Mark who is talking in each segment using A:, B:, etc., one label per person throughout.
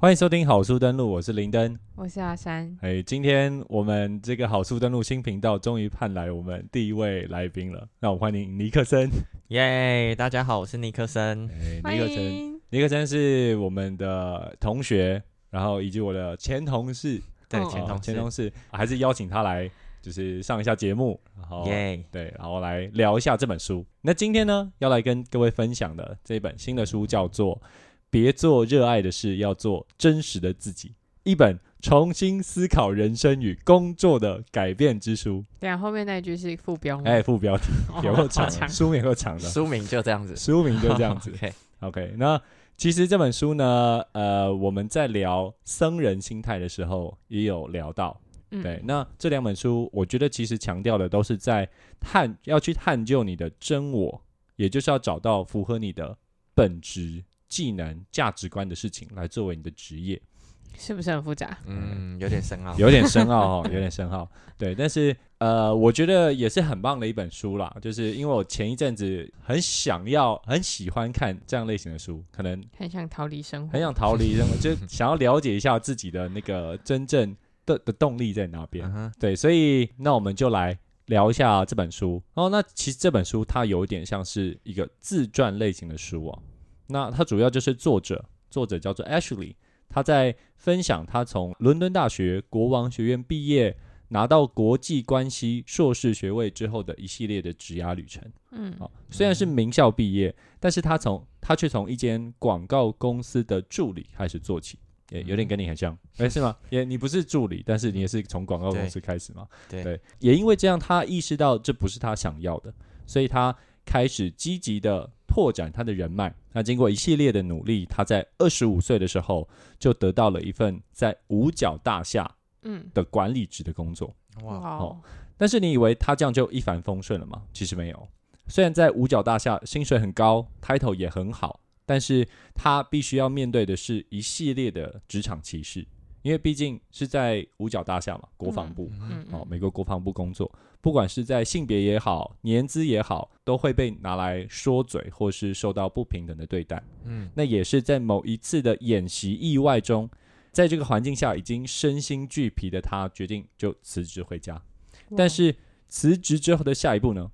A: 欢迎收听好书登录，我是林登。
B: 我是阿山，
A: 哎，今天我们这个好书登录新频道终于盼来我们第一位来宾了，让我们欢迎尼克森。
C: 耶大家好，我是尼克森。
A: 哎，
B: 欢
A: 尼克森，
B: 迎。
A: 尼克森是我们的同学，然后以及我的前同事，
C: 对，
B: 哦
C: 前
A: 哦
C: 同
A: 前
C: 事，
A: 同事，还是邀请他来，就是上一下节目，然后
C: 耶、
A: 对，然后来聊一下这本书。那今天呢，要来跟各位分享的这本新的书叫做《别做热爱的事，要做真实的自己》，一本重新思考人生与工作的改变之书。
B: 对啊，后面那一句是副标吗？
A: 哎，副标题
B: 哦
A: 有够
B: 好
A: 长的，啊书名有够长的，
C: 书名就这样子，。
A: 书名 就这样子
C: OK，
A: OK，那其实这本书呢，呃，我们在聊僧人心态的时候也有聊到，
B: 嗯
A: 对，那这两本书，我觉得其实强调的都是在探要去探究你的真我，也就是要找到符合你的本质、技能、价值观的事情来作为你的职业。
B: 是不是很复杂？
C: 嗯，有点深奥。
A: 有点深奥哦哈，有点深奥。对，但是呃，我觉得也是很棒的一本书啦，就是因为我前一阵子很想要、很喜欢看这样类型的书，可能
B: 很想逃离生活，
A: 很想逃离生活，就想要了解一下自己的那个真正的的动力在哪边
C: 嗯。哼，
A: 对，所以那我们就来聊一下这本书。哦，那其实这本书它有一点像是一个自传类型的书哦。那它主要就是作者，作者叫做 Ashley，他在分享他从伦敦大学国王学院毕业，拿到国际关系硕士学位之后的一系列的职涯旅程。
B: 嗯，
A: 哦，虽然是名校毕业，但是他从他却从一间广告公司的助理开始做起，也有点
C: 嗯
A: 跟你很像，哎、是吗？也你不是助理，但是你也是从广告公司开始嘛？
C: 对
A: 也因为这样，他意识到这不是他想要的，所以他开始积极的拓展他的人脉。那经过一系列的努力，他在二十五岁的时候就得到了一份在五角大厦
B: 嗯，
A: 的管理职的工作。
C: 哇，
B: 哦，
A: 但是你以为他这样就一帆风顺了吗？其实没有。虽然在五角大厦薪水很高，title 也很好，但是他必须要面对的是一系列的职场歧视，因为毕竟是在五角大厦嘛，国防部、
B: 嗯，
A: 哦，
B: 嗯
A: 美国国防部工作，不管是在性别也好，年资也好，都会被拿来说嘴，或是受到不平等的对待。
C: 嗯，
A: 那也是在某一次的演习意外中，在这个环境下已经身心俱疲的他，决定就辞职回家。
B: 哦
A: 但是辞职之后的下一步呢？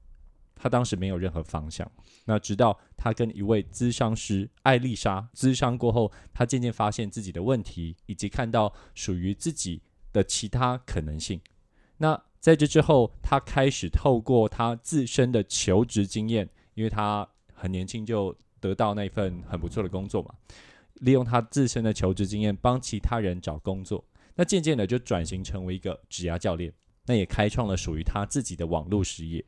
A: 他当时没有任何方向。那直到他跟一位咨商师艾丽莎咨商过后，他渐渐发现自己的问题，以及看到属于自己的其他可能性。那在这之后，他开始透过他自身的求职经验，因为他很年轻就得到那份很不错的工作嘛，利用他自身的求职经验帮其他人找工作。那渐渐的就转型成为一个职涯教练。那也开创了属于他自己的网络事业。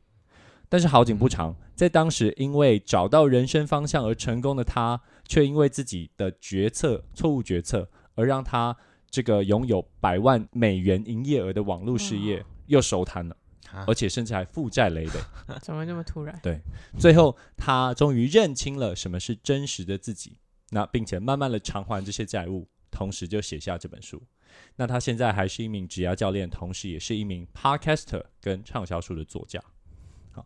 A: 但是好景不长，在当时因为找到人生方向而成功的他，却因为自己的决策错误决策，而让他这个拥有百万美元营业额的网络事业又收摊了，
C: 啊
A: 而且甚至还负债累累。
B: 哇怎么那么突然？
A: 最后，他终于认清了什么是真实的自己，那并且慢慢的偿还这些债务，同时就写下这本书。那他现在还是一名职业教练，同时也是一名 podcaster 跟畅销书的作家。好，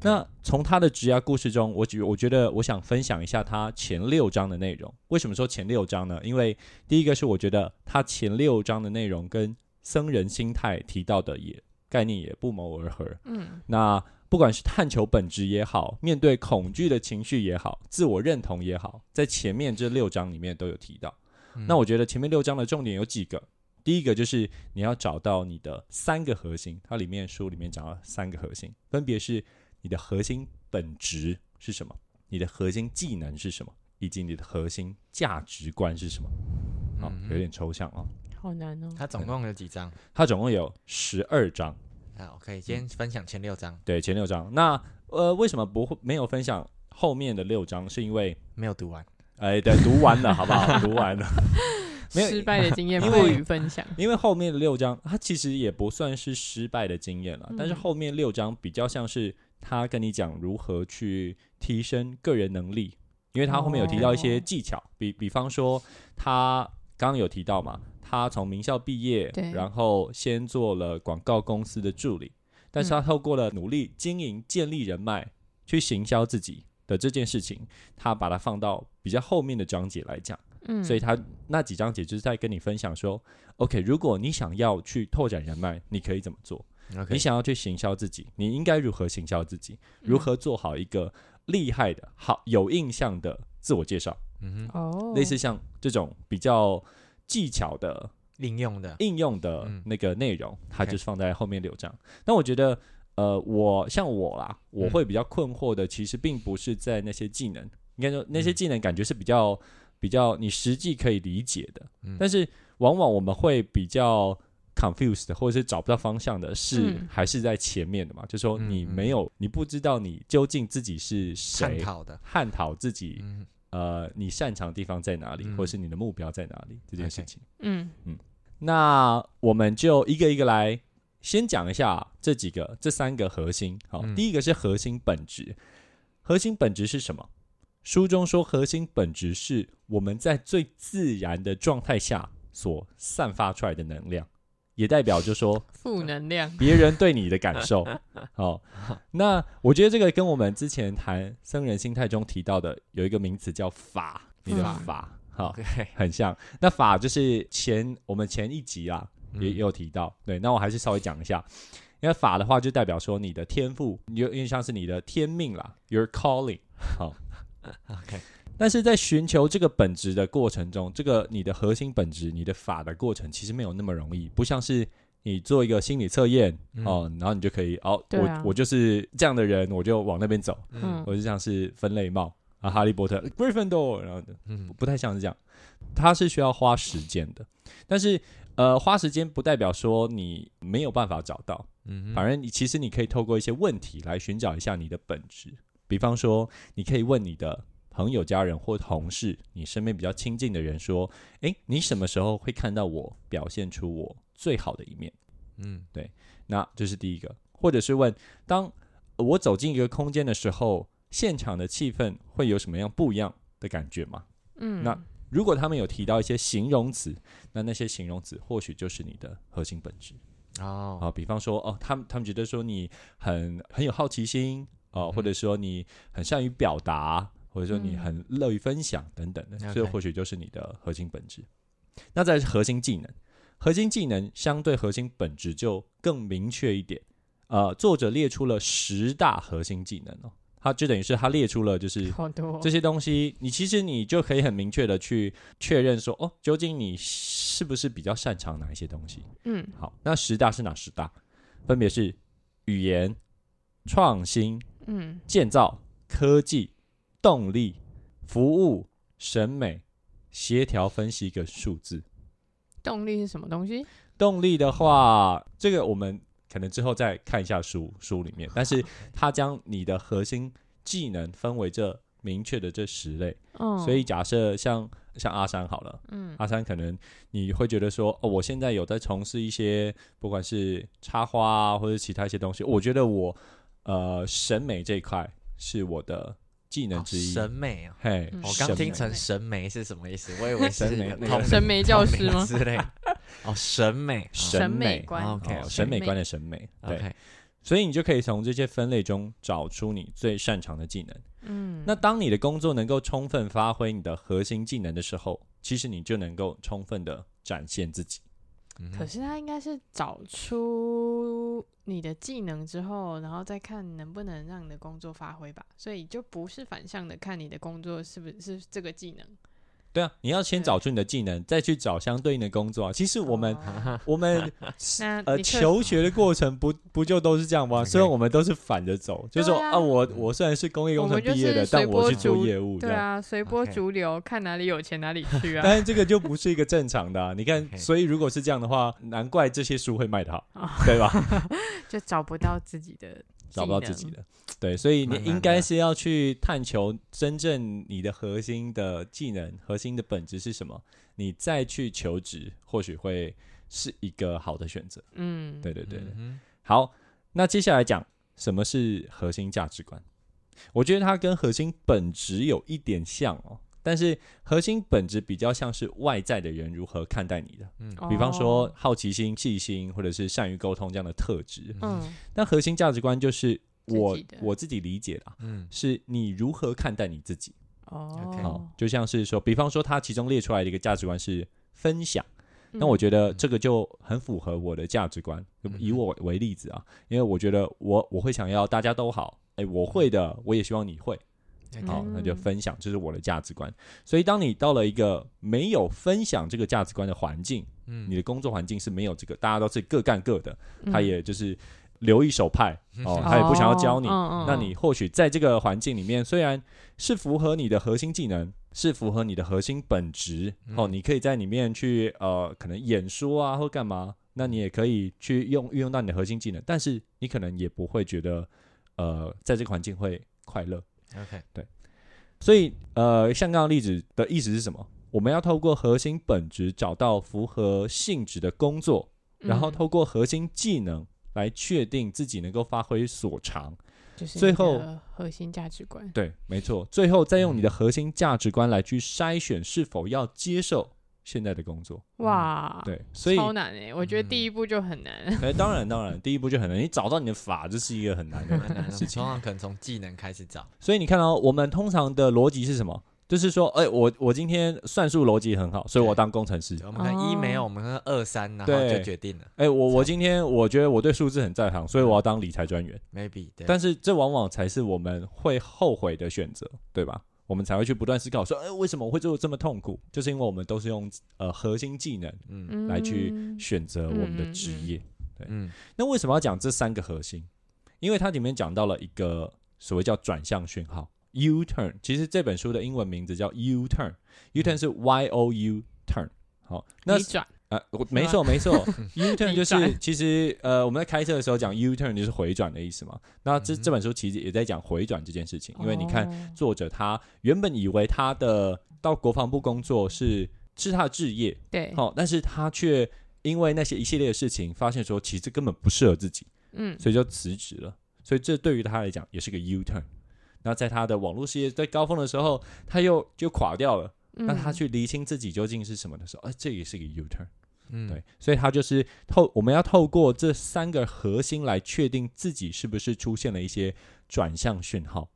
A: 那从他的职业故事中，我觉我觉得我想分享一下他前六章的内容。为什么说前六章呢？因为第一个是我觉得他前六章的内容跟僧人心态提到的也概念也不谋而合。
B: 嗯，
A: 那不管是探求本质也好，面对恐惧的情绪也好，自我认同也好，在前面这六章里面都有提到。
C: 嗯
A: 那我觉得前面六章的重点有几个，第一个就是你要找到你的三个核心，它里面书里面讲到三个核心，分别是你的核心本质是什么，你的核心技能是什么，以及你的核心价值观是什么。好、
C: 嗯
A: 有点抽象哦。
B: 好难哦。
C: 他总共有几张？
A: 它总共有十二章。
C: 好，OK，今天分享前六张，
A: 对，前六章。那呃，为什么不会没有分享后面的六章？是因为
C: 没有读完。
A: 哎，对，读完了，好不好？读完了，没有
B: 失败的经验
A: 因
B: 不
A: 为
B: 予分享。
A: 因为后面的六章它其实也不算是失败的经验了，但是
B: 嗯
A: 后面六章比较像是他跟你讲如何去提升个人能力，因为他后面有提到一些
B: 哦
A: 技巧，比比方说他刚刚有提到嘛，他从名校毕业
B: 对，
A: 然后先做了广告公司的助理，但是
B: 嗯
A: 他透过了努力经营、建立人脉，去行销自己的这件事情，他把它放到比较后面的章节来讲。
B: 嗯，
A: 所以他那几章节就是在跟你分享说，OK，如果你想要去拓展人脉，你可以怎么做？
C: OK，
A: 你想要去行销自己，你应该如何行销自己？
B: 嗯
A: 如何做好一个厉害的、好有印象的自我介绍？
C: 嗯哼，
B: 哦，
A: 类似像这种比较技巧的
C: 应用的，
A: 应用的
C: 嗯
A: 那个内容，它
C: OK
A: 就是放在后面六章。那我觉得，呃，我像我啦，
C: 嗯
A: 我会比较困惑的，其实并不是在那些技能，应该
C: 嗯
A: 说那些技能感觉是比较比较你实际可以理解的，
C: 嗯
A: 但是往往我们会比较。confused 或者是找不到方向的是、
B: 嗯
A: 还是在前面的嘛？就说
C: 嗯
A: 你
C: 嗯
A: 没有，你不知道你究竟自己是
C: 探
A: 谁，
C: 讨的，
A: 探讨自己
C: 嗯，
A: 呃，你擅长的地方在哪里，
C: 嗯
A: 或是你的目标在哪里这件事
C: OK
A: 情。
B: 嗯
A: 那我们就一个一个来，先讲一下这几个、这三个核心。好，
C: 嗯
A: 第一个是核心本质。核心本质是什么？书中说，核心本质是我们在最自然的状态下所散发出来的能量，也代表就说
B: 负能量，
A: 别人对你的感受。好，那我觉得这个跟我们之前谈僧人心态中提到的有一个名词叫法，你的
B: 嗯
A: 法，好，
C: 对，
A: 很像。那法就是前我们前一集啊也也
C: 嗯
A: 有提到，对，那我还是稍微讲一下。因为法的话，就代表说你的天赋，有有点像是你的天命啦，your calling。好，
C: OK，
A: 但是在寻求这个本质的过程中，这个你的核心本质、你的法的过程，其实没有那么容易，不像是你做一个心理测验、
C: 嗯
A: 哦，然后你就可以哦，
B: 对啊
A: 我我就是这样的人，我就往那边走，
B: 嗯
A: 我就像是分类帽啊，哈利波特 Gryffindor，然后就
C: 嗯
A: 不太像是这样，它是需要花时间的，但是呃，花时间不代表说你没有办法找到，
C: 嗯哼，
A: 反正你其实你可以透过一些问题来寻找一下你的本质，比方说，你可以问你的朋友、家人或同事，你身边比较亲近的人说：“诶，你什么时候会看到我表现出我最好的一面
C: 嗯？”
A: 那这是第一个，或者是问：当我走进一个空间的时候，现场的气氛会有什么样不一样的感觉吗？
B: 嗯，
A: 那如果他们有提到一些形容词，那那些形容词或许就是你的核心本质。
C: 哦，
A: 啊，比方说哦，他们他们觉得说你很很有好奇心哦、或者说你很善于表达，或者说你
B: 嗯
A: 很乐于分享等等的，这
C: OK
A: 或许就是你的核心本质。那再来是核心技能，核心技能相对核心本质就更明确一点。呃，作者列出了十大核心技能哦，他就等于是他列出了就是
B: 嗯好多哦
A: 这些东西，你其实你就可以很明确的去确认说，哦，究竟你是不是比较擅长哪一些东西？
B: 嗯
A: 好，那十大是哪十大？分别是语言、创新、
B: 嗯
A: 建造、科技、动力、服务、审美、协调、分析跟数字。
B: 动力是什么东西？
A: 动力的话，这个我们可能之后再看一下书书里面，但是它将你的核心技能分为这明确的这十类。
B: 哦，
A: 所以假设像像阿山好了，
B: 嗯
A: 阿三可能你会觉得说，哦，我现在有在从事一些不管是插花啊，或者其他一些东西，我觉得我呃审美这一块是我的技能
C: 哦
A: 之一。
C: 审美啊，
A: 嘿，
B: 嗯
C: 我
A: 审
C: 刚
A: 美
C: 听成审美是什么意思？我以为是
A: 审美那个
C: 通灵
B: 审美教师
C: 通灵
B: 吗
C: 之类的。哦，审美，
A: 审
B: 美
A: 美
B: 观
C: 哦
A: 哦
C: OK，
A: 审美
B: 审美
A: 观的审美，对
C: OK，
A: 所以你就可以从这些分类中找出你最擅长的技能。
B: 嗯，
A: 那当你的工作能够充分发挥你的核心技能的时候，其实你就能够充分的展现自己。
C: 嗯
B: 可是他应该是找出你的技能之后，然后再看能不能让你的工作发挥吧。所以就不是反向的看你的工作是不是是这个技能。
A: 对啊，你要先
B: 对
A: 找出你的技能，再去找相对应的工作啊。其实我们、
B: 哦
A: 我们
B: 那
A: 呃，
B: 你确
A: 求学的过程不不就都是这样吗？
C: OK
A: 虽然我们都是反着走，就说
B: 对啊
A: 啊，我我虽然是工业工程毕业
B: 我们就
A: 的，
B: 是
A: 但
B: 随波
A: 我去做
B: 逐
A: 业务这
B: 对
A: 样。
B: 啊，随波
C: OK
B: 逐流，看哪里有钱哪里去啊。
A: 但是这个就不是一个正常的啊、你看，
C: OK
A: 所以如果是这样的话，难怪这些书会卖得好
B: 啊，
A: 对吧？
B: 就找不到自己的，
A: 找不到自己的，对，所以你
C: 蛮难的
A: 应该是要去探求真正你的核心的技能、核心的本质是什么，你再去求职，或许会是一个好的选择。
B: 嗯，
A: 对 对对对。
C: 嗯
A: 好，那接下来讲什么是核心价值观。我觉得它跟核心本质有一点像哦，但是核心本质比较像是外在的人如何看待你的，
B: 哦
A: 比方说，好奇心、细心，或者是善于沟通这样的特质。
B: 嗯，
A: 但核心价值观就是我
B: 自己的
A: 我自己理解的啊、
C: 哼嗯
A: 是你如何看待你自己。
B: 哦
A: 好，，就像是说，比方说他其中列出来的一个价值观是分享，那我
B: 得
A: 觉得这个就很符合我的价值观。
C: 嗯
A: 以我为例子啊，因为我觉得我我会想要大家都好，哎，我会的，我也希望你会。好，那就
B: 嗯
A: 分享，这是我的价值观。所以，当你到了一个没有分享这个价值观的环境，
C: 嗯
A: 你的工作环境是没有这个，大家都是各干各的，
B: 嗯
A: 他也就是留一手派哦，他也不想要教你。
B: 哦嗯
A: 那你或许在这个环境里面，虽然是符合你的核心技能，是符合你的核心本质哦，你可以在里面去呃，可能演说啊或干嘛，那你也可以去用运用到你的核心技能，但是你可能也不会觉得呃，在这个环境会快乐。
C: OK，
A: 所以，呃，像刚刚例子的意思是什么？我们要透过核心本质找到符合性质的工作，然
B: 嗯
A: 后透过核心技能来确定自己能够发挥所长。
B: 就是
A: 最
B: 你
A: 后嗯
B: 的核心价值观，
A: 对，没错。最后再用你的核心价值观来去筛选是否要接受现在的工作。
B: 哇，，
A: 对，所以，
B: 啊
A: 嗯
B: 超难哎，我觉得第一步就很难，
A: 哎，当然，当然，第一步就很难，你找到你的法，这是一个很难的
C: 蛮难的，
A: 事
C: 通
A: 情。
C: 常可能从技能开始
B: 哦
C: 找。
A: 所以你看到、我们通常的逻辑是什么？就是说，哎、我我今天算术逻辑很好，所以我要当工程师。
C: 我们看一没有，我们看二三，然后
A: 对
C: 就决定了
A: 哎、我我今天我觉得我对数字很在行，所以我要当理财专员。
C: ，maybe 对。
A: 但是这往往才是我们会后悔的选择，对吧？我们才会去不断思考说，哎、为什么我会做得这么痛苦？就是因为我们都是用呃核心技能
C: 嗯
B: 嗯
A: 来去选择我们的职业。
C: 嗯
A: 那为什么要讲这三个核心？因为它里面讲到了一个所谓叫转向讯号 U turn。其实这本书的英文名字叫 U turn，U turn 是 Y O U turn。好，那
B: 你转，
A: 啊，我没错没错 ，U turn 就
B: 逆
A: 是其实呃我们在开车的时候讲 U turn 就是回转的意思嘛。那这
C: 嗯哦哼
A: 这本书其实也在讲回转这件事情，因为你看
B: 看，
A: 作者他原本以为他的到国防部工作是是他的置业，
B: 对，
A: 好、但是他却因为那些一系列的事情，发现说其实根本不适合自己，
B: 嗯，
A: 所以就辞职了。所以这对于他来讲也是个 U turn。那在他的网络事业在高峰的时候，他又就垮掉了。那他
B: 嗯
A: 去厘清自己究竟是什么的时候，哎、这也是个 U turn。
C: 嗯，
A: 对，所以它就是透我们要透过这三个核心来确定自己是不是出现了一些转向讯号。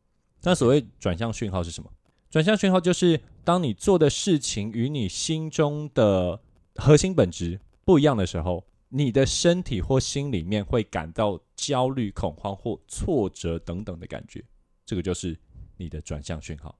A: 那所谓转向讯号是什么？转向讯号就是当你做的事情与你心中的核心本质不一样的时候，你的身体或心里面会感到焦虑、恐慌或挫折等等的感觉，这个就是你的转向讯号。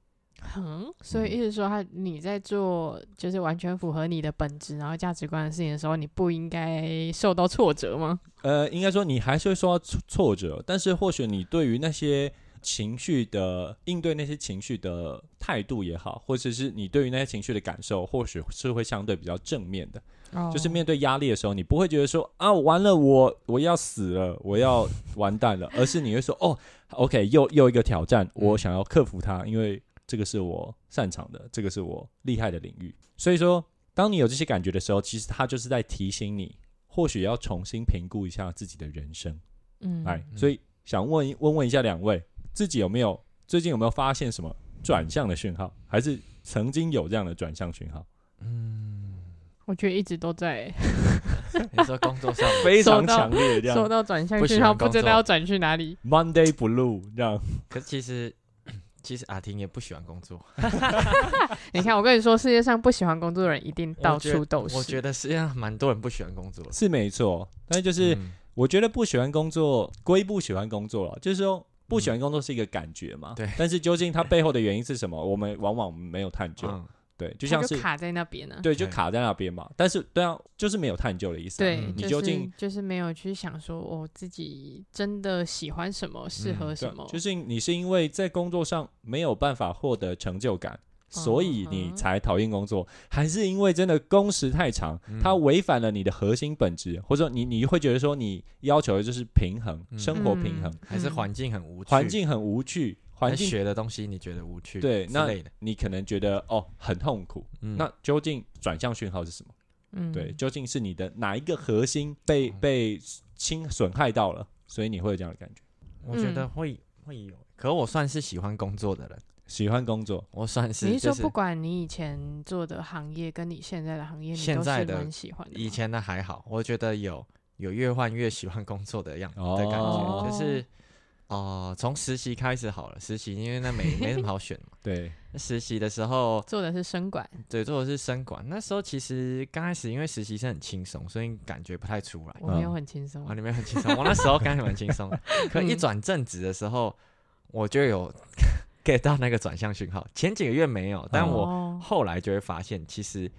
B: 嗯，所以意思说他你在做就是完全符合你的本质，然后价值观的事情的时候，你不应该受到挫折吗？
A: 呃，应该说你还是会受到挫挫折，但是或许你对于那些情绪的应对、那些情绪的态度也好，或者是你对于那些情绪的感受，或许是会相对比较正面的。
B: 哦
A: 就是面对压力的时候，你不会觉得说啊，完了，我我要死了，我 要完蛋了，而是你会说哦，OK，又又一个挑战，
B: 嗯
A: 我想要克服它，因为这个是我擅长的，这个是我厉害的领域。所以说，当你有这些感觉的时候，其实它就是在提醒你，或许要重新评估一下自己的人生。
B: 嗯，
A: 哎，
C: 嗯
A: 所以想问一问问一下两位，自己有没有最近有没有发现什么转向的讯号，还是曾经有这样的转向讯号？
B: 我觉得一直都在
C: 你说工作上
A: 非
B: 收
A: 常
B: 到
A: 强烈这样
B: 受到转向
C: 不喜
B: 讯号，
C: 欢
B: 不
C: 工
B: 知道
C: 作
B: 要转去 哪里。
A: Monday Blue 这样，
C: 可是其实其实阿婷也不喜欢工作，
B: 你看，我跟你说，世界上不喜欢工作的人一定到
C: 我觉得
B: 处都
C: 我
B: 是。
C: 觉得实际上蛮多人不喜欢工作的，
A: 是没错，但就是、
C: 嗯
A: 我觉得不喜欢工作归不喜欢工作了，就是说不喜欢工作是一个感觉嘛。
C: 嗯对
A: 但是究竟它背后的原因是什么，我们往往没有探究。
C: 嗯
A: 对，就
B: 就
A: 像是
B: 卡在那边啊呢。
A: 对，就
C: 对
A: 卡在那边嘛。但是对啊，就是没有探究的意思啊、
B: 对，
C: 嗯
A: 你
B: 就
A: 究
B: 是
A: 竟
B: 就是没有去想说，我、自己真的喜欢什么，适
C: 嗯
B: 合
A: 对啊
B: 什么，
A: 就是你是因为在工作上没有办法获得成就感。所以你
B: 嗯
A: 才讨厌工作，还是因为真的工时太长，
C: 嗯
A: 它违反了你的核心本质，或者说你你会觉得说你要求的就是平衡，
C: 嗯
A: 生活平衡，
B: 嗯
C: 还是环境很无趣，
A: 环境很无趣，环
C: 还
A: 境
C: 学的东西你觉得无趣，
A: 对
C: 之
A: 那
C: 类
B: 嗯
C: 的，
A: 你可能觉得哦很痛苦，
C: 嗯
A: 那究竟转向讯号是什么？
B: 嗯
A: 对，究竟是你的哪一个核心被
C: 嗯
A: 被侵损害到了，所以你会有这样的感觉？
C: 我觉得
B: 嗯
C: 会会有，可我算是喜欢工作的人，
A: 喜欢工作，
C: 我算
B: 你
C: 是
B: 是说
C: 就是
B: 不管你以前做的行业跟你现在的行业，你
C: 现
B: 都
C: 在
B: 是
C: 的
B: 蛮喜欢的吗。
C: 以前的还好，我觉得有有越换越喜欢工作的样
A: 哦
C: 的感觉，就是哦，从实习开始好了，实习因为那没没什么好选嘛。
A: 对，
C: 那实习的时候，
B: 做的是生管，
C: 对，做的是生管，那时候其实刚开始因为实习生很轻松，所以感觉不太出来。
B: 我没有
A: 嗯
B: 很轻松
C: 啊，，你们很轻松，我那时候感觉蛮轻松的。可一
B: 嗯
C: 转正职的时候，我就有 get 到那个转向讯号。前几个月没有，但我
B: 哦
C: 后来就会发现，其实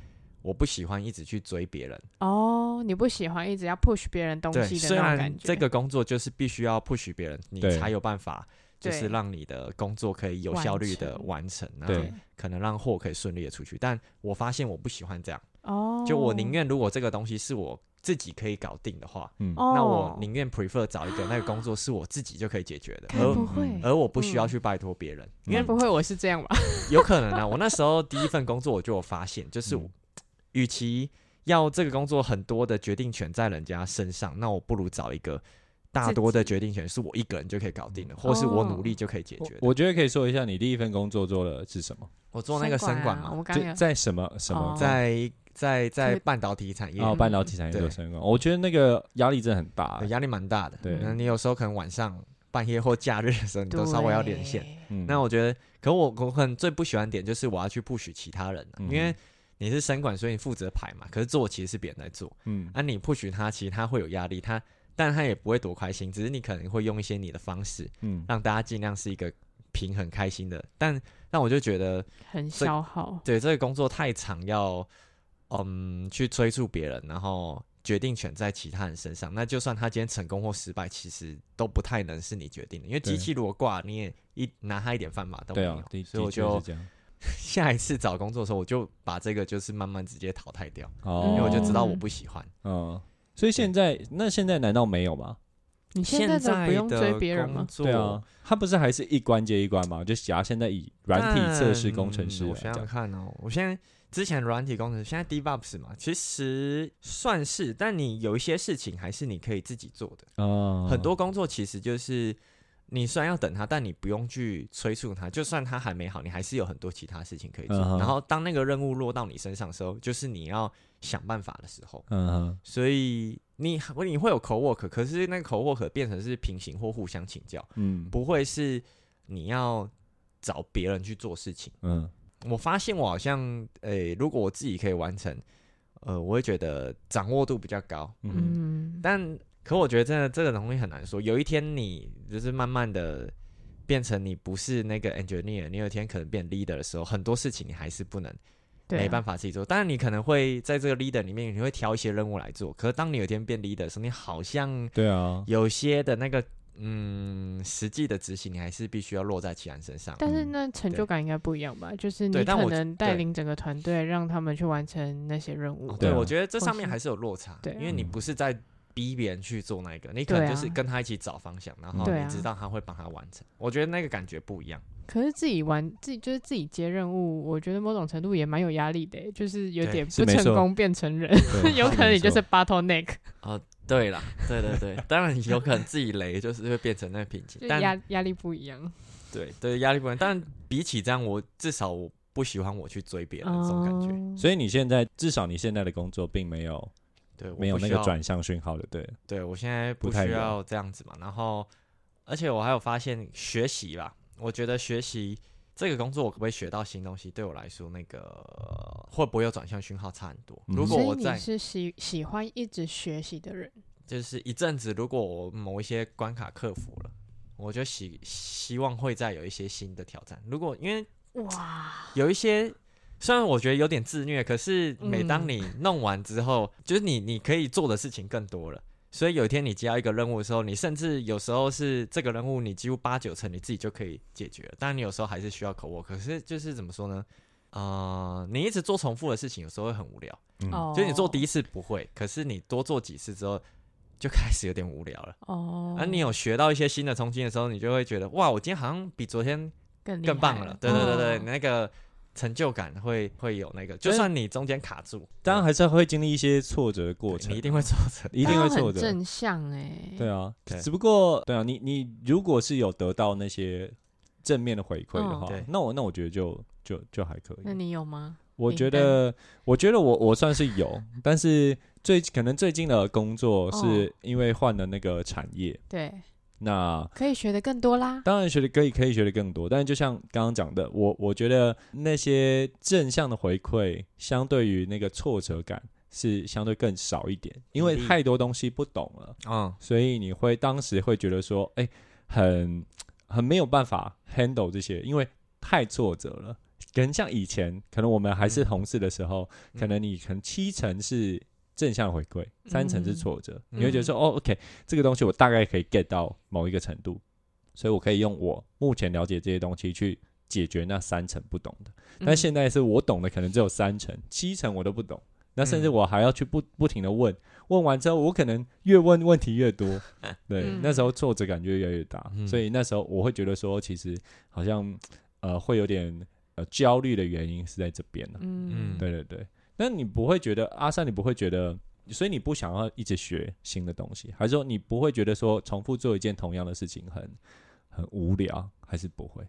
C: 我不喜欢一直去追别人。
B: 哦，你不喜欢一直要 push 别人东
C: 对，
B: 西的
C: 虽
B: 那种
C: 然
B: 感觉，
C: 这个工作就是必须要 push 别人，你
A: 对
C: 才有办法，就是
B: 对
C: 让你的工作可以有效率的完成，然后
A: 对
C: 可能让货可以顺利的出去。但我发现我不喜欢这样，
B: 哦，
C: 就我宁愿如果这个东西是我自己可以搞定的话，
A: 嗯，
B: 哦，
C: 那我宁愿 prefer 找一个那个工作是我自己就可以解决的，
B: 该
C: 而
B: 不会
A: 嗯
C: 而我不需要
B: 嗯
C: 去拜托别人，
A: 嗯
C: 呃因为
B: 该不会我是这样吧？
C: 有可能啊。我那时候第一份工作我就有发现，就是我
A: 嗯
C: 与其要这个工作很多的决定权在人家身上，那我不如找一个大
B: 自
C: 多的
B: 己
C: 决定权是我一个人就可以搞定的，或是我努力
B: 哦
C: 就可以解
A: 我
C: 决的。
A: 我觉得可以说一下你第一份工作做了是什么？
C: 我做那个生管
B: 啊我
C: 嘛，
B: 们刚
A: 在
B: 刚
A: 在什么什么
B: 哦
C: 在在在
B: 推
C: 半导体产业
A: 哦，啊
B: 嗯
A: 半导体产业做
C: 对
A: 生管，我觉得那个压力真的很大
C: 呃。压力蛮大的。
A: 对
C: 那你有时候可能晚上、半夜或假日的时候，你
B: 有
C: 都稍微要连线。
A: 嗯，
C: 那我觉得，可我我可能最不喜欢点就是我要去 push 其他人、啊，
A: 嗯
C: 因为你是生管，所以你负责排嘛。可是做其实是别人在做，
A: 嗯
C: 啊，你 push 他，其实他会有压力，他但他也不会多开心，只是你可能会用一些你的方式，
A: 嗯，
C: 让大家尽量是一个平衡开心的。但但我就觉得，
B: 很
C: 这
B: 消耗，
C: 对这个工作太长要，嗯，去催促别人，然后决定权在其他人身上。那就算他今天成功或失败，其实都不太能是你决定的，因为
A: 对
C: 机器如果挂，你也一拿他一点饭把都没
A: 对
C: 有。
A: 啊，的
C: 所以
A: 的
C: 我
A: 确是
C: 就
A: 这样。
C: 下一次找工作的时候，我就把这个就是慢慢直接淘汰掉，
A: 哦
C: 因为我就知道
B: 嗯
C: 我不喜欢。
A: 嗯，所以现在那现在难道没有吗？
B: 你现在
C: 在
B: 怎么不用
C: 的
B: 追别人
C: 工
B: 吗？
C: 作
A: 对啊，，他不是还是一关接一关吗？就假如现在以软体测试工程师
C: 但
A: 来
C: 我想想
A: 讲，
C: 看哦，我现在之前软体工程师，现在 DevOps 嘛，其实算是，但你有一些事情还是你可以自己做的。
A: 嗯
C: 很多工作其实就是你虽然要等他，但你不用去催促他，就算他还没好，你还是有很多其他事情可以做。
A: 嗯哼
C: 然后当那个任务落到你身上的时候，就是你要想办法的时候。
A: 嗯哼
C: 所以你你会有 co work，可是那个 co work 变成是平行或互相请教，
A: 嗯
C: 不会是你要找别人去做事情。
A: 嗯
C: 我发现我好像，诶、如果我自己可以完成，呃，我会觉得掌握度比较高。
A: 嗯哼
B: 嗯，
C: 但可我觉得真的这个东西很难说。有一天你就是慢慢的变成你不是那个 engineer，你有一天可能变 leader 的时候，很多事情你还是不能
B: 对啊，
C: 没办法自己做。当然你可能会在这个 leader 里面，你会挑一些任务来做。可是当你有一天变 leader 的时候，你好像
A: 对啊，
C: 有些的那个嗯实际的执行，你还是必须要落在其他人身上。
B: 但是
A: 嗯
B: 那成就
C: 对
B: 感应该不一样吧？就是
C: 对
B: 你
C: 但
B: 可
C: 我
B: 能带
C: 对
B: 领整个团队，让他们去完成那些任务
C: 哦。
A: 对
C: 对，
A: 啊
C: 我觉得这
B: 或
C: 上面
B: 是
C: 还是有落差，
B: 对啊
C: 因为你
A: 嗯
C: 不是在逼别人去做那个，你可
B: 对
C: 能
B: 啊
C: 就是跟他一起找方向，然后
B: 对
C: 你知
B: 啊
C: 道他会帮他完成。我觉得那个感觉不一样，
B: 可是自己完自己就是自己接任务，我觉得某种程度也蛮有压力的欸，就是有
C: 对
B: 点
A: 是
B: 不
A: 没
B: 成
A: 错
B: 功变成人，
A: 对啊
B: 有可能你就
A: 没错
B: 是 battle neck，
C: 对啦，对对 对，当然有可能自己雷，就是会变成那个瓶颈
B: 就，
C: 但
B: 压压力不一样。
C: 对对压力不能。但比起这样，我至少我不喜欢我去追别人这种感觉，
B: 哦
A: 所以你现在至少你现在的工作并没有
C: 对，我
A: 没有
C: 不
A: 那
C: 需
A: 个
C: 要，
A: 转向讯号的，对了，
C: 对我现在
A: 不
C: 不
A: 太一
C: 需
A: 样
C: 要这样子嘛。然后，而且我还有发现学习吧，我觉得学习。这个工作我可不可以学到新东西？对我来说，那个会不会有转向讯号差很多？
A: 嗯
C: 如果
B: 所
C: 我
B: 以
C: 在
B: 你是喜喜欢一直学习的人，
C: 就是一阵子，如果我某一些关卡克服了，我就希希望会再有一些新的挑战。如果因为
B: 哇，
C: 有一些，虽然我觉得有点自虐，可是每当
B: 嗯
C: 你弄完之后，就是你你可以做的事情更多了。所以有一天你接到一个任务的时候，你甚至有时候是这个任务你几乎八九成你自己就可以解决了，当然你有时候还是需要口握。可是就是怎么说呢？啊、你一直做重复的事情，有时候会很无聊。
A: 嗯
B: 哦，
C: 就是你做第一次不会，可是你多做几次之后，就开始有点无聊了。
B: 哦，
C: 而、啊你有学到一些新的冲击的时候，你就会觉得哇，我今天好像比昨天
B: 更厉
C: 更棒
B: 害
C: 了。对对对对，
B: 哦
C: 那个成就感会会有那个，就
A: 但
C: 算你中间卡住，
A: 当然还是会经历一些挫折的过
C: 你
A: 程啊
C: 一，定会挫折。
A: 一定会
B: 那很
A: 挫折，
B: 正向哎，
A: 对啊，
C: 对
A: 只不过对啊，你你如果是有得到那些正面的回馈的
B: 嗯
A: 话，
C: 对
A: 那我那我觉得就就就还可
B: 那
A: 以。
B: 你有吗？
A: 我
B: 你
A: 觉
B: 跟
A: 得，我觉得我我算是有，但是最可能最近的工作
B: 哦
A: 是因为换了那个产业，
B: 对，
A: 那
B: 可以学的更多啦。
A: 当然学的可以可以学的更多，但是就像刚刚讲的，我我觉得那些正向的回馈，相对于那个挫折感是相对更少一点，因为
C: 嗯
A: 太多东西不懂了，
C: 嗯，
A: 所以你会当时会觉得说，哎、很很没有办法 handle 这些，因为太挫折了。跟像以前，可能我们还是
C: 嗯
A: 同事的时候，可能你可能七成是正向回馈，三成是
B: 嗯
A: 挫折，
C: 嗯
A: 你会觉得说，哦，OK，这个东西我大概可以 get 到某一个程度，所以我可以用我目前了解这些东西去解决那三成不懂的。但
B: 嗯
A: 现在是我懂的可能只有三成，七成我都不懂。那甚至
C: 嗯
A: 我还要去不不停的问，问完之后我可能越问问题 越多，对，
B: 嗯
A: 那时候挫折感就越来越大，
C: 嗯
A: 所以那时候我会觉得说，其实好像呃会有点呃焦虑的原因是在这边呢、
B: 嗯
C: 嗯
A: 对对对，那你不会觉得阿三，你不会觉得，所以你不想要一直学新的东西，还是说你不会觉得说重复做一件同样的事情很很无聊，还是不会？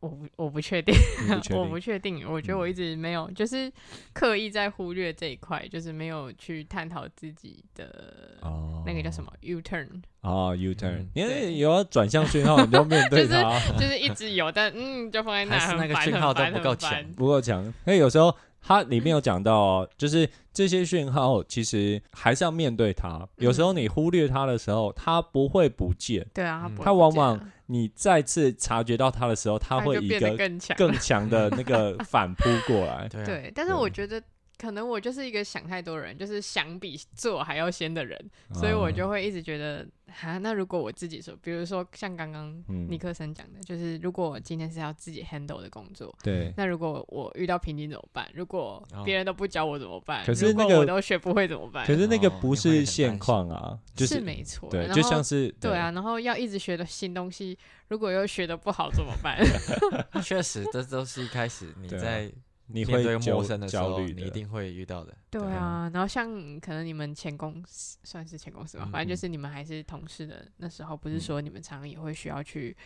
B: 我不我不确定，
A: 你不确
B: 我不
A: 定？嗯
B: 确定，我觉得我一直没有，就是刻意在忽略这一块，就是没有去探讨自己的
A: 哦
B: 那个叫什么 U turn，
A: 啊，U turn，
C: 嗯
A: 因为
B: 对
A: 有要转向讯号，你都面对
B: 就是
A: 它，
B: 就是一直有，但嗯，就放在那，
C: 还是那
B: 很
C: 个
B: 烦
C: 讯号都
B: 很烦
C: 不够
B: 很烦
C: 强
A: 不够强。那有时候它里面有讲到哦，就是这些讯号其实还是要面对它。有时候你忽略它的时候，它不会不见。
B: 对啊，它
C: 嗯。
B: 不会
A: 它往往
B: 不见啊
A: 你再次察觉到它的时候，它
B: 它
A: 会
B: 就
A: 一
B: 变得
A: 个
B: 更强，
A: 更强的那个反扑过来
C: 对啊，
B: 对，但是
A: 对
B: 我觉得。可能我就是一个想太多人，就是想比做还要先的人， 所以
A: 哦啊
B: 我就会一直觉得，哈，那如果我自己说，比如说像刚刚
A: 嗯
B: 尼克森讲的，就是如果我今天是要自己 handle 的工作，
A: 对。
B: 那如果我遇到瓶颈怎么办？如果
C: 哦
B: 别人都不教我怎么办？
A: 可是
B: 如果
A: 那个
B: 我都学不会怎么办？
A: 可是那个
C: 哦
A: 不
C: 你会
A: 是
C: 很
A: 现
C: 担心
A: 况啊，就是是
B: 没错，
A: 对，
B: 然
A: 就
B: 后
A: 像是
B: 对啊，，然后要一直学的新东西，如果又学的不好怎么办？
A: 啊
C: 确实，这都是一开始你
A: 对啊
C: 在
A: 你
C: 面
A: 会
C: 对
A: 焦
C: 陌生的时
A: 焦
C: 候，
A: 虑
C: 你一
A: 的。
C: 定会遇到的。
B: 对
A: 对
B: 啊
A: 啊，
B: 然后像可能你们前公司算是前公司吧，
C: 嗯
B: 反正就是你们还是同事的那时候，不
A: 嗯
B: 是说你们常常也会需要去，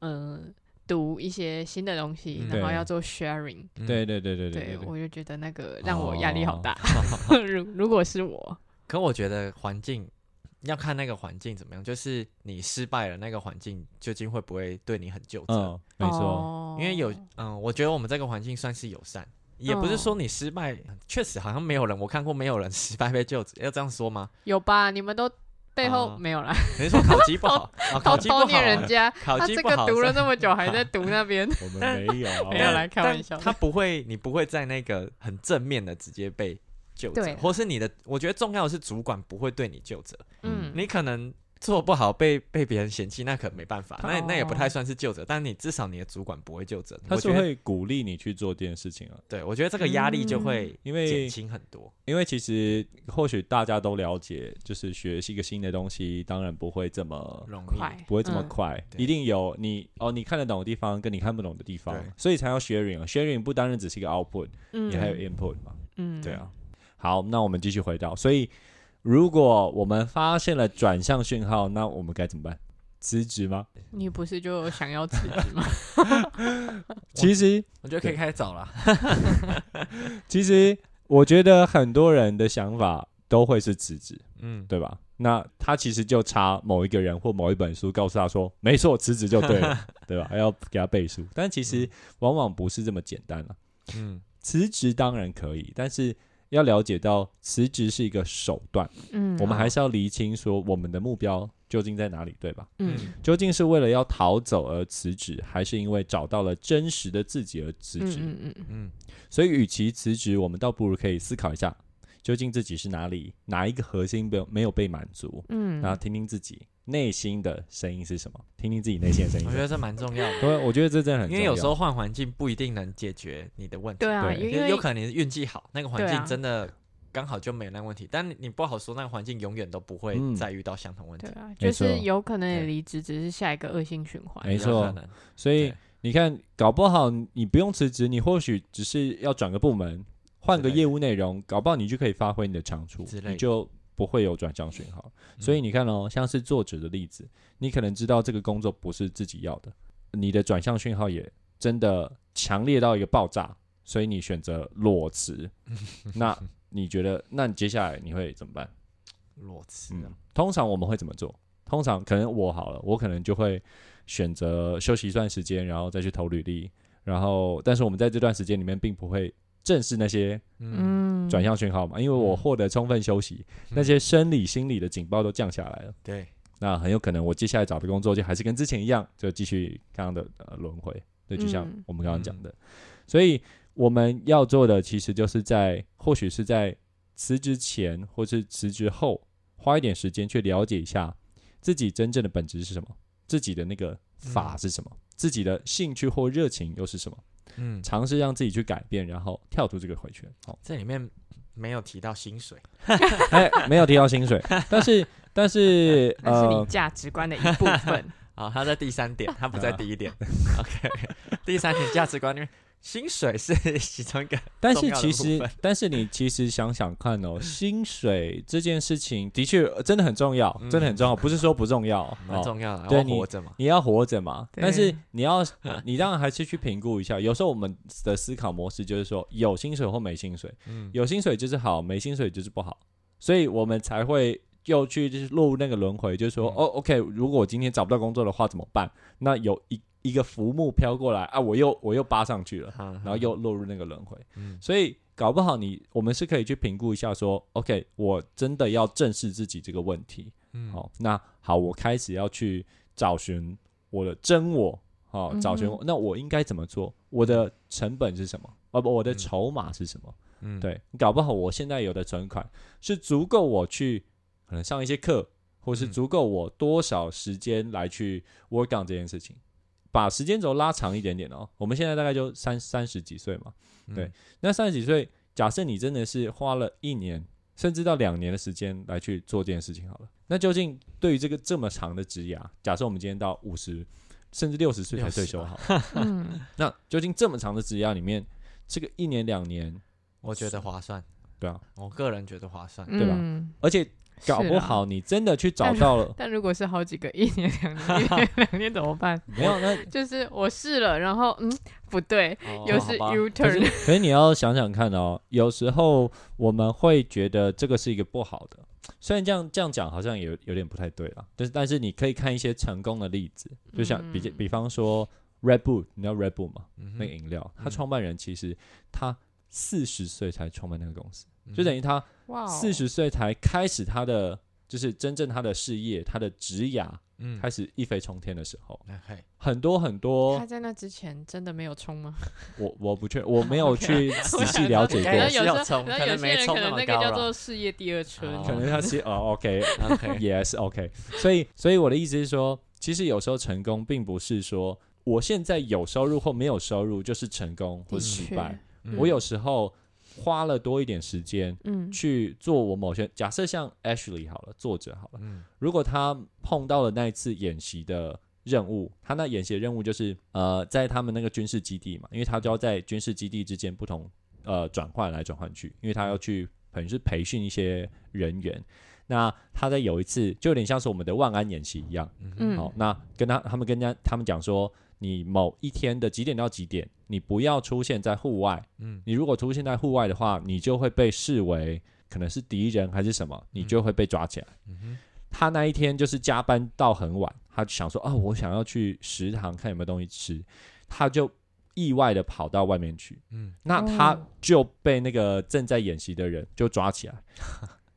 B: 嗯、读一些新的东西，
C: 嗯
B: 然后
A: 对
B: 要做 sharing。
C: 嗯
A: 对对对对对哦对，
B: 我就觉得那个让我压力好大。 如、如果是我，
C: 可我觉得环境要看那个环境怎么样，就是你失败了，那个环境究竟会不会对你很纠正？
A: 嗯，没错，
B: 哦
C: 因为有，嗯，我觉得我们这个环境算是友善，也不是说你失败，确实好像没有人，我看过没有人失败被救治，要这样说吗？
B: 有吧？你们都背后、
A: 哦
C: 啊
B: 没有啦，
C: 你是说烤鸡 不好，啊、
B: 偷
C: 烤鸡不
B: 偷
C: 好，
B: 念人家。
C: 烤
B: 他
C: 鸡
B: 这
C: 不
B: 个
C: 好，
B: 读了那么久，还在读那 边，
A: 我
C: 但
A: 们没有啊，
B: 没有来开玩笑的
C: 他不会，你不会在那个很正面的直接被救
B: 对
C: 责
B: 啦，
C: 或是你的，我觉得重要的是主管不会对你救责，
B: 嗯，
C: 你可能做不好被被别人嫌弃，那可没办法，
B: 哦
C: 那那也不太算是救责，但你至少你的主管不会救责，
A: 他
C: 我
A: 是
C: 觉得
A: 会鼓励你去做这件事情啊，
C: 对我觉得这个压力就会
A: 因
C: 减
A: 为
C: 轻很多，
A: 因为其实或许大家都了解，就是学习一个新的东西，当然不会这么
C: 容易
B: 快
A: 不会这么
B: 嗯
A: 快，
C: 对
A: 一定有你哦，你看得懂的地方跟你看不懂的地方
C: 对，
A: 所以才要 sharing 啊，sharing 不单单只是一个 output，
B: 嗯
A: 也还有 input 嘛，
B: 嗯，
A: 对啊。好，那我们继续回到，所以如果我们发现了转向讯号，那我们该怎么办？辞职吗？
B: 你不是就想要辞 职吗？
A: 其实
C: 我觉得可以开始找了。
A: 其实我觉得很多人的想法都会是辞职，
C: 嗯，
A: 对吧？那他其实就差某一个人或某一本书告诉他说，没错，辞职就对了，对吧？还要给他背书，但其实往往不是这么简单啊。
C: 嗯，
A: 辞职当然可以，但是要了解到辞职是一个手段，
B: 嗯
A: 我们还是要厘清说我们的目标究竟在哪里，对吧？
B: 嗯
A: 究竟是为了要逃走而辞职，还是因为找到了真实的自己而辞
B: 嗯
A: 职？
B: 嗯嗯
C: 嗯，
A: 所以，与其辞职，我们倒不如可以思考一下，究竟自己是哪里哪一个核心没有没有被满足，
B: 嗯，
A: 然后听听自己内心的声音是什么，听听自己内心的
B: 嗯
A: 声音
C: 我
A: 是
C: 觉
A: 什么。
C: 得这蛮重要的，
A: 因为我觉得这真的很重
C: 因
A: 要，
C: 为有时候换环境不一定能解决你的问题，
B: 对啊，
A: 对
B: 因
C: 有
B: 为
C: 有可能你运气好，那个环
B: 对啊
C: 境真的刚好就没有那个问题，但你不好说那个环境永远都不会
A: 嗯
C: 再遇到相同问题
B: 对，啊，
A: 没
B: 就
A: 错哎
B: 是有可能也
C: 对
B: 离职，只是下一个恶性循环。
A: 没
C: 比较
A: 错
C: 可能，
A: 所以
C: 对
A: 你看，搞不好你不用辞职，你或许只是要转个部门，换个
C: 之类的
A: 业务内容，搞不好你就可以发挥你的长处
C: 之，类的
A: 你就不会有转向讯号。
C: 嗯
A: 所以你看哦，像是作者的例子，你可能知道这个工作不是自己要的，你的转向讯号也真的强烈到一个爆炸，所以你选择裸 辞。那你觉得，那你接下来你会怎么办？
C: 裸辞
A: 嗯
C: 啊，，
A: 通常我们会怎么做？通常可能我好了，我可能就会选择休息一段时间，然后再去投履历。然后，但是我们在这段时间里面，并不会正视那些
C: 嗯，
B: 嗯，
A: 转向讯号嘛，因为我
C: 嗯
A: 获得充分休息，那些生理、心理的警报都降下来了。
C: 对，
A: 那很有可能我接下来找的工作就还是跟之前一样，就继续刚刚的呃轮回。对，就像
B: 嗯
A: 我们刚刚讲的，所以我们要做的其实就是在或许是在辞职前或是辞职后，花一点时间去了解一下自己真正的本质是什么，自己的那个法是什
B: 嗯
A: 么，自己的兴趣或热情又是什么，
C: 嗯，
A: 尝试让自己去改变，然后跳出这个回圈。 好，
C: 这里面没有提到薪水，
A: 哎，没有提到薪水，但是但 是
B: 那是你
A: 呃，
B: 价值观的一部 分。
C: 好，他在第三点，他不在
A: 啊
C: 第 一点。OK，, o k 第三点价值观里面，薪水是 其中一个，
A: 但
C: 重
A: 是
C: 要的
A: 其
C: 部
A: 实
C: 分，
A: 但是你其实想想看 哦，薪水这件事情的确呃真的很重要，
C: 嗯
A: 真的很重要，不是说不重要
C: 蛮
A: 哦。
C: 重要的，
A: 对
C: 要
A: 你
C: 活着嘛。
A: 你要活着嘛，
B: 对
A: 但是你 要，你当然还是去评估一下。有时候我们的思考模式就是说，有薪水或没薪水，
C: 嗯，
A: 有薪水就是好，没薪水就是不好，所以我们才会又去就是录那个轮回，就是说，
C: 嗯
A: 哦，OK，如果我今天找不到工作的话怎么办？那有一一个浮木飘过来啊，我又我又扒上去了，
C: 然
A: 然后又落入那个轮回。
C: 嗯
A: 所以搞不好你我们是可以去评估一下说，OK，我真的要正视自己这个问题。
C: 嗯
A: 好、那好，我开始要去找寻我的真我，好、
B: 嗯
A: 找寻我、那我应该怎么做？我的成本是什么？哦不，我的
C: 嗯
A: 筹码是什么？
C: 嗯，
A: 对，搞不好我现在有的存款是足够我去可能上一些课，或是
C: 嗯
A: 足够我多少时间来去 work on 这件事情。把时间轴拉长一点点哦，我们现在大概就三三十几岁嘛，
C: 嗯
A: 对，那三十几岁，假设你真的是花了一年甚至到两年的时间来去做这件事情好了，那究竟对于这个这么长的职涯，假设我们今天到五十甚至六十岁才退
C: 60
A: 休
C: 吧
A: 好了，
B: 嗯，
A: 那究竟这么长的职涯里面，这个一年两年，
C: 我觉得划算，
A: 对啊，
C: 我个人觉得划算。
A: 对吧
B: 嗯
A: 而且
B: 是
A: 搞不
B: 啦
A: 好你真的去找
B: 但是
A: 到了，
B: 但如果是好几个，一年、两年、一年、两年怎么办？
A: 没有那
B: 就是我试了，然后嗯不对，
C: 哦
B: 又是
C: 好吧
B: U
A: 可是
B: turn，
A: 可是你要想想看哦，有时候我们会觉得这个是一个不好的，虽然这样这样讲好像有有点不太对啦，但是但是你可以看一些成功的例子，就像比
B: 嗯
A: 比方说 Red Bull，你知道 Red Bull 吗？
C: 嗯
A: 那个
C: 哼
A: 饮料，它
C: 嗯
A: 创办人其实他四十岁才创办那个公司，
C: 嗯
A: 就等于他
B: 哇哦，
A: 四十岁才开始他的就是真正他的事业，他的职涯
C: 嗯
A: 开始一飞冲天的时候，
C: ，OK，
A: 很多很多
B: 他在那之前真的没有冲吗？
A: 我我不确，我没有 去仔细了解
C: 应
A: 过
C: 该
B: 然
C: 也
B: 后，有
C: 是
B: 时
C: 要
B: 候，
C: 冲
B: 然后
C: 可
B: 有
C: 能
B: 些
C: 没
B: 人
C: 冲
B: 可
C: 那
B: 能
C: 么
B: 那个
C: 高
B: 叫
C: 了
B: 做事业第二春，
C: 哦
A: 可能他是哦 OK
C: OK，
A: yes OK，所以所以我的意思是说，其实有时候成功并不是说我现在有收入或没有收入就是成功或
B: 的
A: 是失
B: 确，
A: 败，
C: 嗯
A: 我有时候花了多一点时间。
B: 嗯
A: 去做我某些假设，像 Ashley 好了，作者好了，
C: 嗯
A: 如果他碰到了那一次演习的任务，他那演习的任务就是呃，在他们那个军事基地嘛，因为他就要在军事基地之间不同呃转换来转换去，因为他要去等于是培训一些人员。那他在有一次就有点像是我们的万安演习一样，
C: 嗯哼
B: 嗯，
A: 好，那跟他他们跟人家他们讲说，你某一天的几点到几点，你不要出现在户外。
C: 嗯
A: 你如果出现在户外的话，你就会被视为可能是敌人还是什么，你就会被抓起来。
C: 嗯哼
A: 他那一天就是加班到很晚，他就想说啊、我想要去食堂看有没有东西吃，他就意外的跑到外面去，
C: 嗯
A: 那
B: 哦
A: 他就被那个正在演习的人就抓起 来。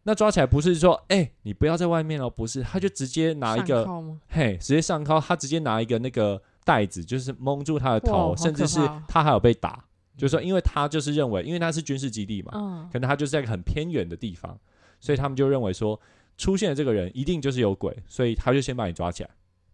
A: 那抓起来不是说，哎、你不要在外面哦，不是，他就直接拿一
B: 上
A: 个
B: 铐吗？
A: 嘿，直接上铐，他直接拿一个那个袋子，就是蒙住他的
B: 哇
A: 头，
B: 好
A: 甚
B: 可
A: 至是
B: 怕哦
A: 他还有被打，就是说，因为他就是认为，因为他是军事基地嘛，
B: 嗯，
A: 可能他就是在一个很偏远的地方，所以他们就认为说，出现的这个人一定就是有鬼，所以他就先把你抓起来，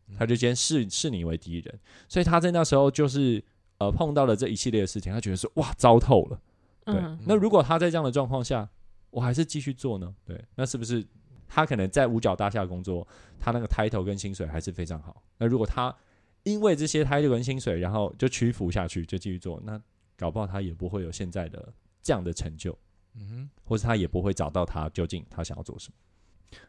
B: 嗯
A: 他就先视视你为敌人，所以他在那时候就是呃碰到了这一系列的事情，他觉得说哇糟透了。对，
B: 嗯
A: 那如果他在这样的状况下，我还是继续做呢？对，那是不是他可能在五角大厦工作，他那个 title 跟薪水还是非常好？那如果他因为这些 title 跟薪水，然后就屈服下去，就继续做，那搞不好他也不会有现在的这样的成就，
C: 嗯
A: 或是他也不会找到他究竟他想要做什么。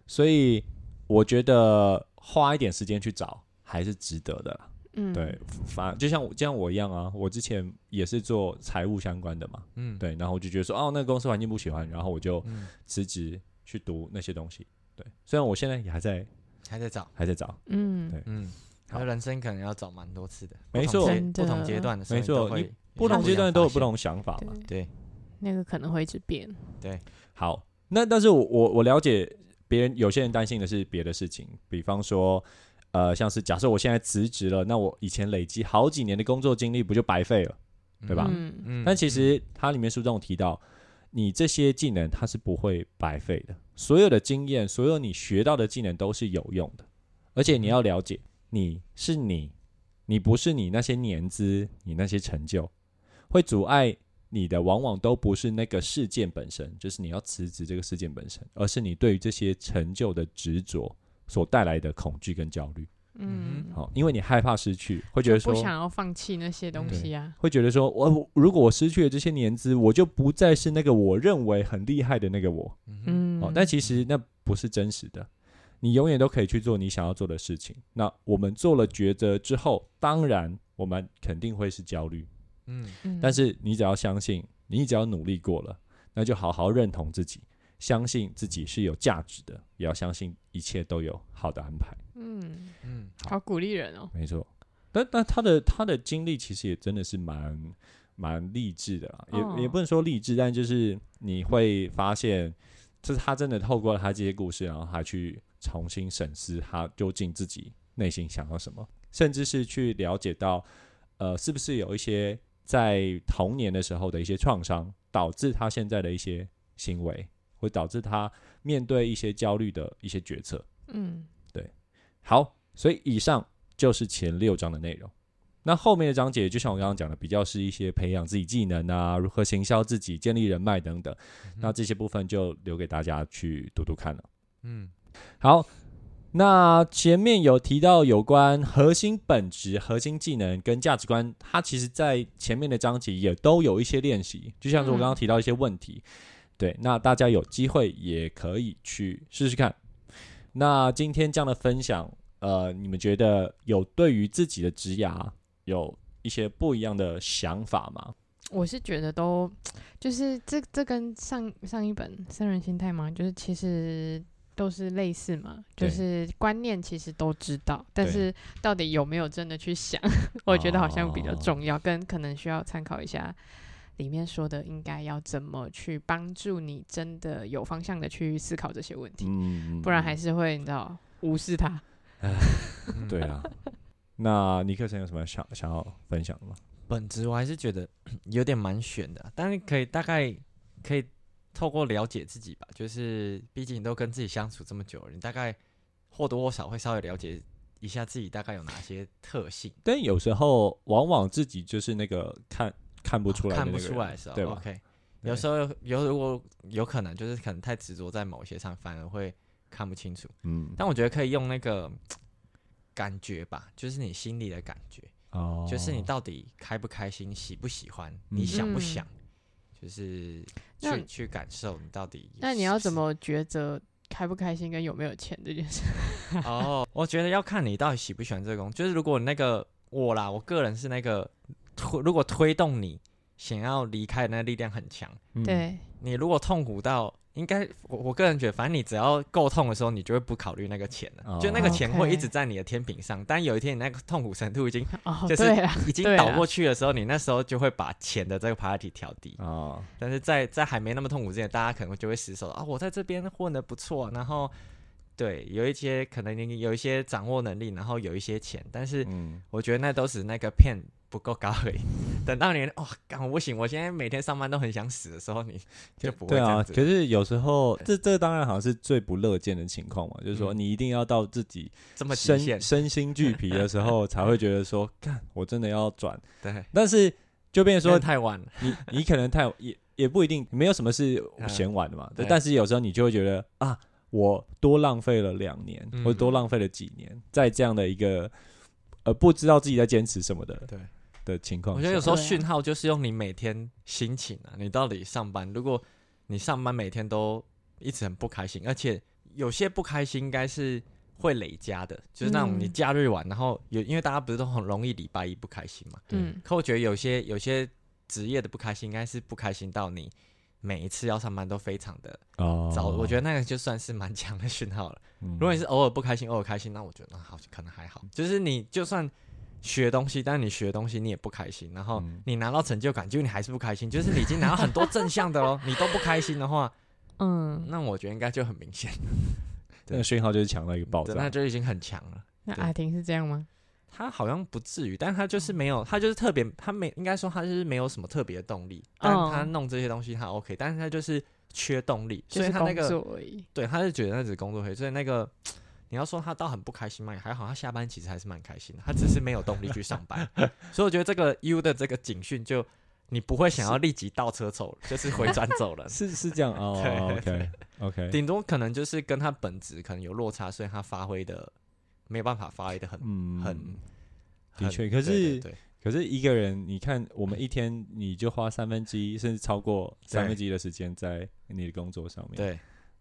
A: 所以我觉得花一点时间去找还是值得的啦。
B: 嗯
A: 对，，反就像我就像我一样啊，我之前也是做财务相关的嘛，
C: 嗯
A: 对，然后我就觉得说，哦，那个公司环境不喜欢，然后我就
C: 嗯
A: 辞职去读那些东西。对，虽然我现在也还在
C: 还在找，
A: 还在找。
B: 嗯
A: 对，
C: 嗯，
A: 好
C: 还有人生可能要找蛮多次的，
A: 没
C: 不同
A: 错
C: 阶
B: 真的
C: 不同阶段的时候
A: 没
C: 你都
A: 错
C: 会
A: 你
C: 有
A: 不同
C: 一
A: 阶
C: 样
A: 段
C: 发
A: 都有不
C: 现，
A: 同想法嘛。
B: 对，
C: 对，
B: 那个可能会一直变。
A: 好，那但是我我我了解别人，有些人担心的是别的事情，比方说，呃，像是假设我现在辞职了，那我以前累积好几年的工作经历不就白费了？对吧
B: 嗯，
C: 嗯
A: 但其实它里面书中有提到，你这些技能它是不会白费的，所有的经验，所有你学到的技能都是有用的，而且
B: 嗯
A: 你要了解，你是你，你不是你那些年资，你那些成就，会阻碍你的往往都不是那个事件本身，就是你要辞职这个事件本身，而是你对于这些成就的执着所带来的恐惧跟焦虑。
B: 嗯，
A: 好、因为你害怕失去，会觉得
B: 就
A: 说
B: 不想要放弃那些东西啊。
A: 会觉得说，我我如果我失去了这些年资，我就不再是那个我认为很厉害的那个我。
C: 嗯
B: 嗯
A: 哦，，但其实那不是真实的。你永远都可以去做你想要做的事情。那我们做了抉择之后，当然我们肯定会是焦虑，
C: 嗯
B: 嗯
A: 但是你只要相信，你只要努力过了，那就好好认同自己，相信自己是有价值的，也要相信一切都有好的安排。
B: 嗯，
C: 嗯
B: 好鼓励人哦。
A: 没错，但但他的他的经历其实也真的是蛮蛮励志的啦，也、
B: 哦
A: 也不能说励志，但就是你会发现，就是他真的透过他这些故事，然后他去重新审视他究竟自己内心想要什么，甚至是去了解到，呃，是不是有一些在童年的时候的一些创伤，导致他现在的一些行为，会导致他面对一些焦虑的一些决策。
B: 嗯，
A: 好，所以以上就是前六章的内容。那后面的章节，就像我刚刚讲的，比较是一些培养自己技能啊，如何行销自己、建立人脉等等。那这些部分就留给大家去读读看了。
C: 嗯
A: 好，那前面有提到有关核心本质、核心技能跟价值观，它其实在前面的章节也都有一些练习，就像是我刚刚提到一些问题。
B: 嗯
A: 对，那大家有机会也可以去试试看。那今天这样的分享，呃，你们觉得有对于自己的职涯有一些不一样的想法吗？
B: 我是觉得都就是这这跟上上一本《生人心态》嘛，就是其实都是类似嘛，就
A: 对
B: 是观念其实都知道，但
A: 对
B: 是到底有没有真的去想， 我觉得好像比较
A: 哦
B: 重要，跟可能需要参考一下。里面说的应该要怎么去帮助你，真的有方向的去思考这些问题，
A: 嗯，
B: 不然还是会你知道无视它。
C: 嗯
A: 对啊。那尼克森有什么想想要分享的吗？
C: 本质我还是觉得有点蛮悬的啊，但是可以大概可以透过了解自己吧，就是毕竟都跟自己相处这么久了，你大概或多或少会稍微了解一下自己大概有哪些特性，
A: 但有时候往往自己就是那个看看不出来、
C: 哦看不出来的时候
A: 对吧
C: ，OK，
A: 对
C: 有时候有如果有可能就是可能太执着在某些上，反而会看不清楚。
A: 嗯，
C: 但我觉得可以用那个感觉吧，就是你心里的感觉，
A: 哦
C: 就是你到底开不开心，喜不喜欢，你
A: 嗯
C: 想不
B: 嗯
C: 想，就是
B: 那
C: 去去感受你到底。
B: 那你要怎？么抉择开不开心跟有没有钱这件事？
A: 嗯
C: 哦， 我觉得要看你到底喜不喜欢这个工作。就是如果那个我啦，我个人是那个推，如果推动你想要离开的那个力量很强，
A: 嗯，
B: 对，
C: 你如果痛苦到。应该我我个人觉得，反正你只要够痛的时候，你就会不考虑那个钱了。就那个
B: 哦
C: 钱会一
B: OK
C: 直在你的天平上，但有一天你那个痛苦程度已经
B: 哦，
C: 就是
B: 对啦，
C: 已经
B: 对
C: 倒
B: 啦
C: 过去的时候，你那时候就会把钱的这个 priority 调低。
A: 啊，
C: 但是在在还没那么痛苦之前，大家可能就会失手啊，我在这边混的不错，然后对有一些可能你有一些掌握能力，然后有一些钱，但是
A: 嗯，
C: 我觉得那都是那个片不够高而已。等到你哦，干我不行，我现在每天上班都很想死的时候，你就不会
A: 对
C: 这
A: 啊。
C: 样
A: 可
C: 子。
A: 是有时候，这这当然好像是最不乐见的情况嘛，就是说
C: 嗯
A: 你一定要到自己
C: 这么极限
A: 身，身心俱疲的时 候，才会觉得说，干，我真的要转。
C: 对，
A: 但是就变成说，
C: 说太晚了，
A: 你你可能太也也不一定，没有什么是
C: 嗯
A: 嫌晚的嘛。
C: 对
A: 但是有时候你就会觉得啊，我多浪费了两年，
C: 嗯
A: 或者多浪费了几年，在这样的一个呃不知道自己在坚持什么的
C: 对。
A: 的情况下，
C: 我觉得有时候
B: 对啊
C: 讯号哦就是用你每天心情啊，你到底上班，如果你上班每天都一直很不开心，而且有些不开心应该是会累加的，就是那种
B: 嗯
C: 你假日晚，然后有因为大家不是都很容易礼拜一不开心嘛，
A: 对
B: 嗯
C: 可我觉得有些有些职业的不开心，应该是不开心到你每一次要上班都非常的
A: 哦，
C: 糟，我觉得那个就算是蛮强的讯号了。
A: 嗯，
C: 如果你是偶尔不开心，偶尔开心，那我觉得那好，可能还好。就是你就算学东西，但你学东西你也不开心，然后
A: 嗯
C: 你拿到成就感，就你还是不开心，就是你已经拿到很多正向 的喽，你都不开心的话，
B: 嗯，
C: 那我觉得应该就很明显，
A: 那个讯号就是强到一个爆
C: 对那
A: 炸，，
C: 就已经很强了。
B: 那
C: 对
B: 阿婷是这样吗？
C: 他好像不至于，但他就是没有，他就是特别，他没应该说他就是没有什么特别的动力，但
B: 嗯
C: 他弄这些东西他 OK，但是他就是缺动力，
B: 就
C: 所以
B: 是
C: 他那
B: 工
C: 个
B: 作而已。
C: 对，他是觉得那只是工作黑，所以那个你要说他倒很不开心嘛，也还好，他下班其实还是蛮开心的，他只是没有动力去上班。所以我觉得这个 U 的这个警讯就。你不会想要立即倒车走，就是回转走人
A: 是是这样哦
C: 对
A: ，OK OK，
C: 顶多可能就是跟他本质可能有落差，所以他发挥的没有办法发挥的很
A: 嗯，
C: 很
A: 的
C: 很
A: 确可
C: 对对
A: 是
C: 对
A: 可是一个人，你看我们一天你就花三分之一甚至超过三分之一的时间在你的工作上面，
C: 对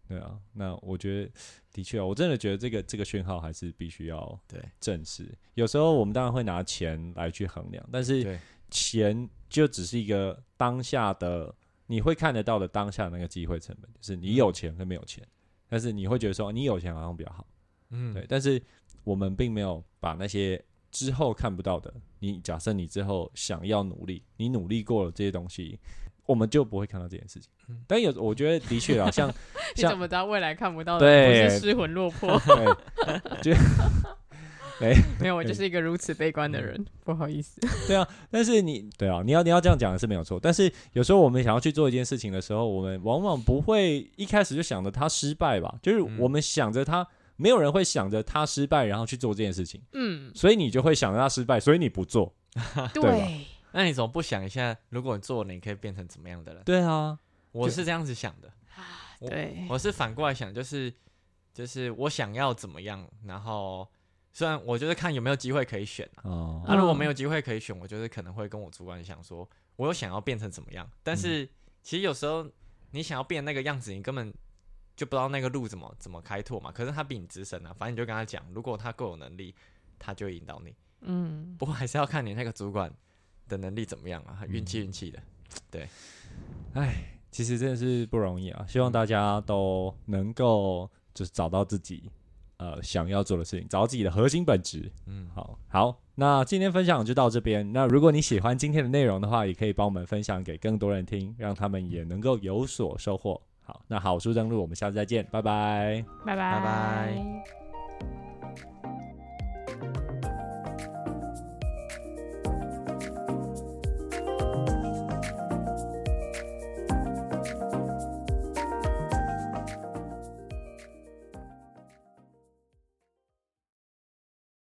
A: 对啊，那我觉得的确啊，我真的觉得这个这个讯号还是必须要
C: 对
A: 正视。有时候我们当然会拿钱来去衡量，但是
C: 对
A: 钱就只是一个当下的你会看得到的当下那个机会成本，就是你
C: 嗯
A: 有钱跟没有钱，但是你会觉得说你有钱好像比较好，
C: 嗯
A: 对，但是我们并没有把那些之后看不到的，你假设你之后想要努力，你努力过了这些东西，我们就不会看到这件事情。
C: 嗯
A: 但有我觉得的确啊， 像
B: 你
A: 像
B: 怎么知道未来看不到的？
A: 对，
B: 不是失魂落魄
A: 对，
B: 没有，我就是一个如此悲观的
C: 嗯
B: 人，不好意思。
A: 但是你对啊，你要你要这样讲是没有错。但是有时候我们想要去做一件事情的时候，我们往往不会一开始就想着它失败吧，就是
C: 嗯
A: 我们想着它，没有人会想着它失败然后去做这件事情，
B: 嗯，
A: 所以你就会想着它失败，所以你不做。
C: 啊
B: 对，
C: 那你怎么不想一下，如果你做了，你可以变成怎么样的人？
A: 对啊，
C: 我是这样子想的，
B: 啊
C: 我
B: 对，
C: 我是反过来想，就是就是我想要怎么样，然后虽然我就是看有没有机会可以选啊，
A: 哦，
C: 啊如果没
B: 嗯
C: 有机会可以选，我就是可能会跟我主管想说，我有想要变成怎么样，但是其实有时候你想要变那个样子，你根本就不知道那个路怎么怎么开拓嘛。可是他比你资深啊，反正你就跟他讲，如果他够有能力，他就会引导你。
B: 嗯，
C: 不过还是要看你那个主管的能力怎么样啊，运气运气的。
A: 其实真的是不容易啊，希望大家都能够就是找到自己呃想要做的事情，找到自己的核心本质。
C: 嗯，
A: 好好，那今天分享就到这边。那如果你喜欢今天的内容的话，也可以帮我们分享给更多人听，让他们也能够有所收获。好，那好书登录，我们下次再见，拜拜。
B: 拜拜
C: 拜拜